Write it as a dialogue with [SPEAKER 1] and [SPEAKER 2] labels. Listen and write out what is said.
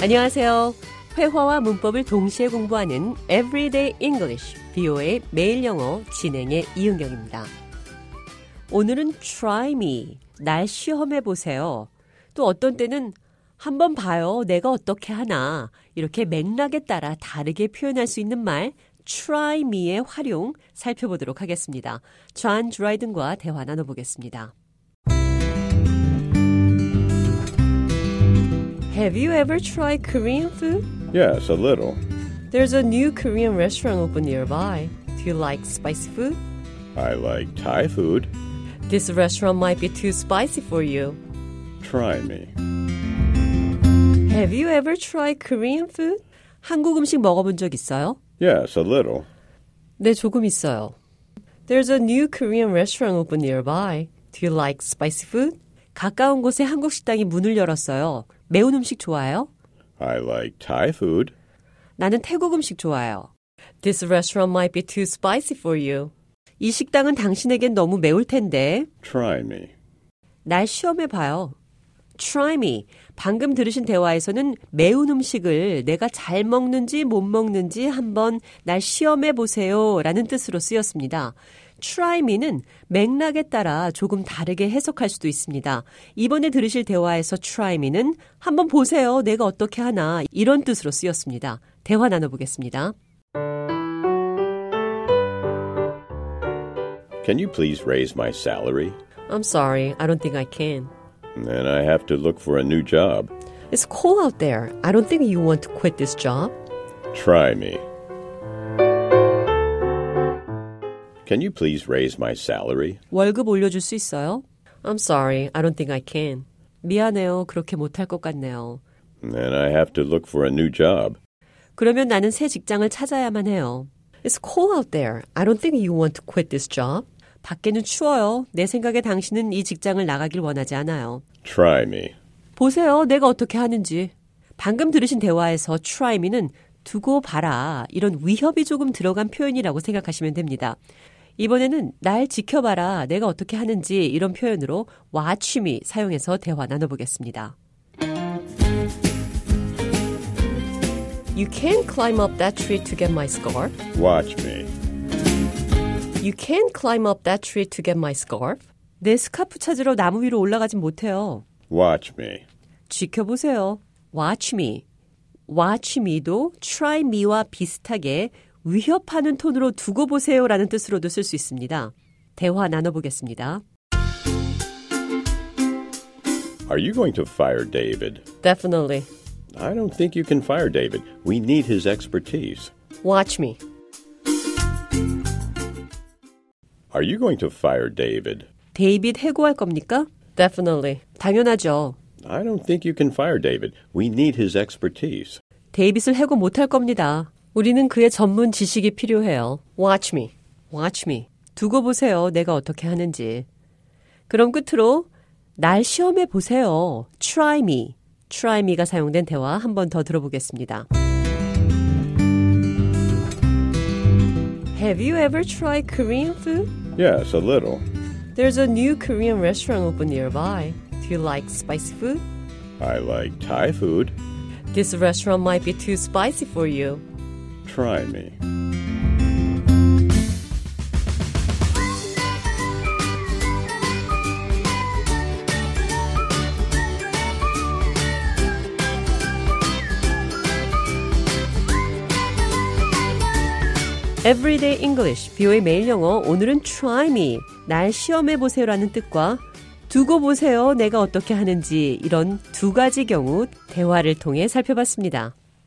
[SPEAKER 1] 안녕하세요. 회화와 문법을 동시에 공부하는 Everyday English, BO의 매일 영어 진행의 이은경입니다. 오늘은 try me, 날 시험해 보세요. 또 어떤 때는 한번 봐요, 내가 어떻게 하나. 이렇게 맥락에 따라 다르게 표현할 수 있는 말, try me의 활용 살펴보도록 하겠습니다. 존 드라이든과 대화 나눠보겠습니다. Have you ever tried Korean food?
[SPEAKER 2] Yes, a little.
[SPEAKER 1] There's a new Korean restaurant open nearby. Do you like spicy food?
[SPEAKER 2] I like Thai food.
[SPEAKER 1] This restaurant might be too spicy for you.
[SPEAKER 2] Try me.
[SPEAKER 1] Have you ever tried Korean food? 한국 음식 먹어본 적 있어요?
[SPEAKER 2] Yes, a little.
[SPEAKER 1] 네, 조금 있어요. There's a new Korean restaurant open nearby. Do you like spicy food? 가까운 곳에 한국 식당이 문을 열었어요. 매운 음식 좋아해요?
[SPEAKER 2] I like Thai food.
[SPEAKER 1] 나는 태국 음식 좋아해요. This restaurant might be too spicy for you. 이 식당은 당신에겐 너무 매울 텐데
[SPEAKER 2] Try me.
[SPEAKER 1] 날 시험해 봐요. Try me. 방금 들으신 대화에서는 매운 음식을 내가 잘 먹는지 못 먹는지 한번 날 시험해 보세요 라는 뜻으로 쓰였습니다. Try me는 맥락에 따라 조금 다르게 해석할 수도 있습니다. 이번에 들으실 대화에서 try me는 한번 보세요. 내가 어떻게 하나. 이런 뜻으로 쓰였습니다. 대화 나눠보겠습니다.
[SPEAKER 2] Can you please raise my salary?
[SPEAKER 1] I'm sorry. I don't think I can.
[SPEAKER 2] Then I have to look for a new job.
[SPEAKER 1] It's cold out there. I don't think you want to quit this job.
[SPEAKER 2] Try me. Can you please raise my salary?
[SPEAKER 1] 월급 올려줄 수 있어요? I'm sorry, I don't think I can. 미안해요, 그렇게 못할 것 같네요.
[SPEAKER 2] Then I have to look for a new job.
[SPEAKER 1] 그러면 나는 새 직장을 찾아야만 해요. It's cold out there. I don't think you want to quit this job. 밖에는 추워요. 내 생각에 당신은 이 직장을 나가길 원하지 않아요.
[SPEAKER 2] Try me.
[SPEAKER 1] 보세요, 내가 어떻게 하는지. 방금 들으신 대화에서 try me는 두고 봐라 이런 위협이 조금 들어간 표현이라고 생각하시면 됩니다. 이번에는 날 지켜봐라 내가 어떻게 하는지 이런 표현으로 watch me 사용해서 대화 나눠보겠습니다. You can't climb up that tree to get my scarf.
[SPEAKER 2] Watch me.
[SPEAKER 1] You can't climb up that tree to get my scarf. 내 스카프 찾으러 나무 위로 올라가진 못해요.
[SPEAKER 2] Watch me.
[SPEAKER 1] 지켜보세요. Watch me. Watch me도 try me와 비슷하게 위협하는 톤으로 두고 보세요라는 뜻으로도 쓸 수 있습니다. 대화 나눠보겠습니다.
[SPEAKER 2] Are you going to fire David?
[SPEAKER 1] Definitely.
[SPEAKER 2] I don't think you can fire David. We need his expertise.
[SPEAKER 1] Watch me.
[SPEAKER 2] Are you going to fire David?
[SPEAKER 1] 데이빗 해고할 겁니까? Definitely. 당연하죠.
[SPEAKER 2] I don't think you can fire David. We need his expertise.
[SPEAKER 1] 데이빗을 해고 못할 겁니다. 우리는 그의 전문 지식이 필요해요. Watch me. Watch me. 두고 보세요. 내가 어떻게 하는지. 그럼 끝으로 날 시험해 보세요. Try me. Try me가 사용된 대화 한 번 더 들어보겠습니다. Have you ever tried Korean food?
[SPEAKER 2] Yes, a little.
[SPEAKER 1] There's a new Korean restaurant open nearby. Do you like spicy food?
[SPEAKER 2] I like Thai food.
[SPEAKER 1] This restaurant might be too spicy for you.
[SPEAKER 2] Try me.
[SPEAKER 1] Everyday English, 비오의 매일 영어, 오늘은 try me, 날 시험해 보세요라는 뜻과 두고 보세요, 내가 어떻게 하는지 이런 두 가지 경우 대화를 통해 살펴봤습니다.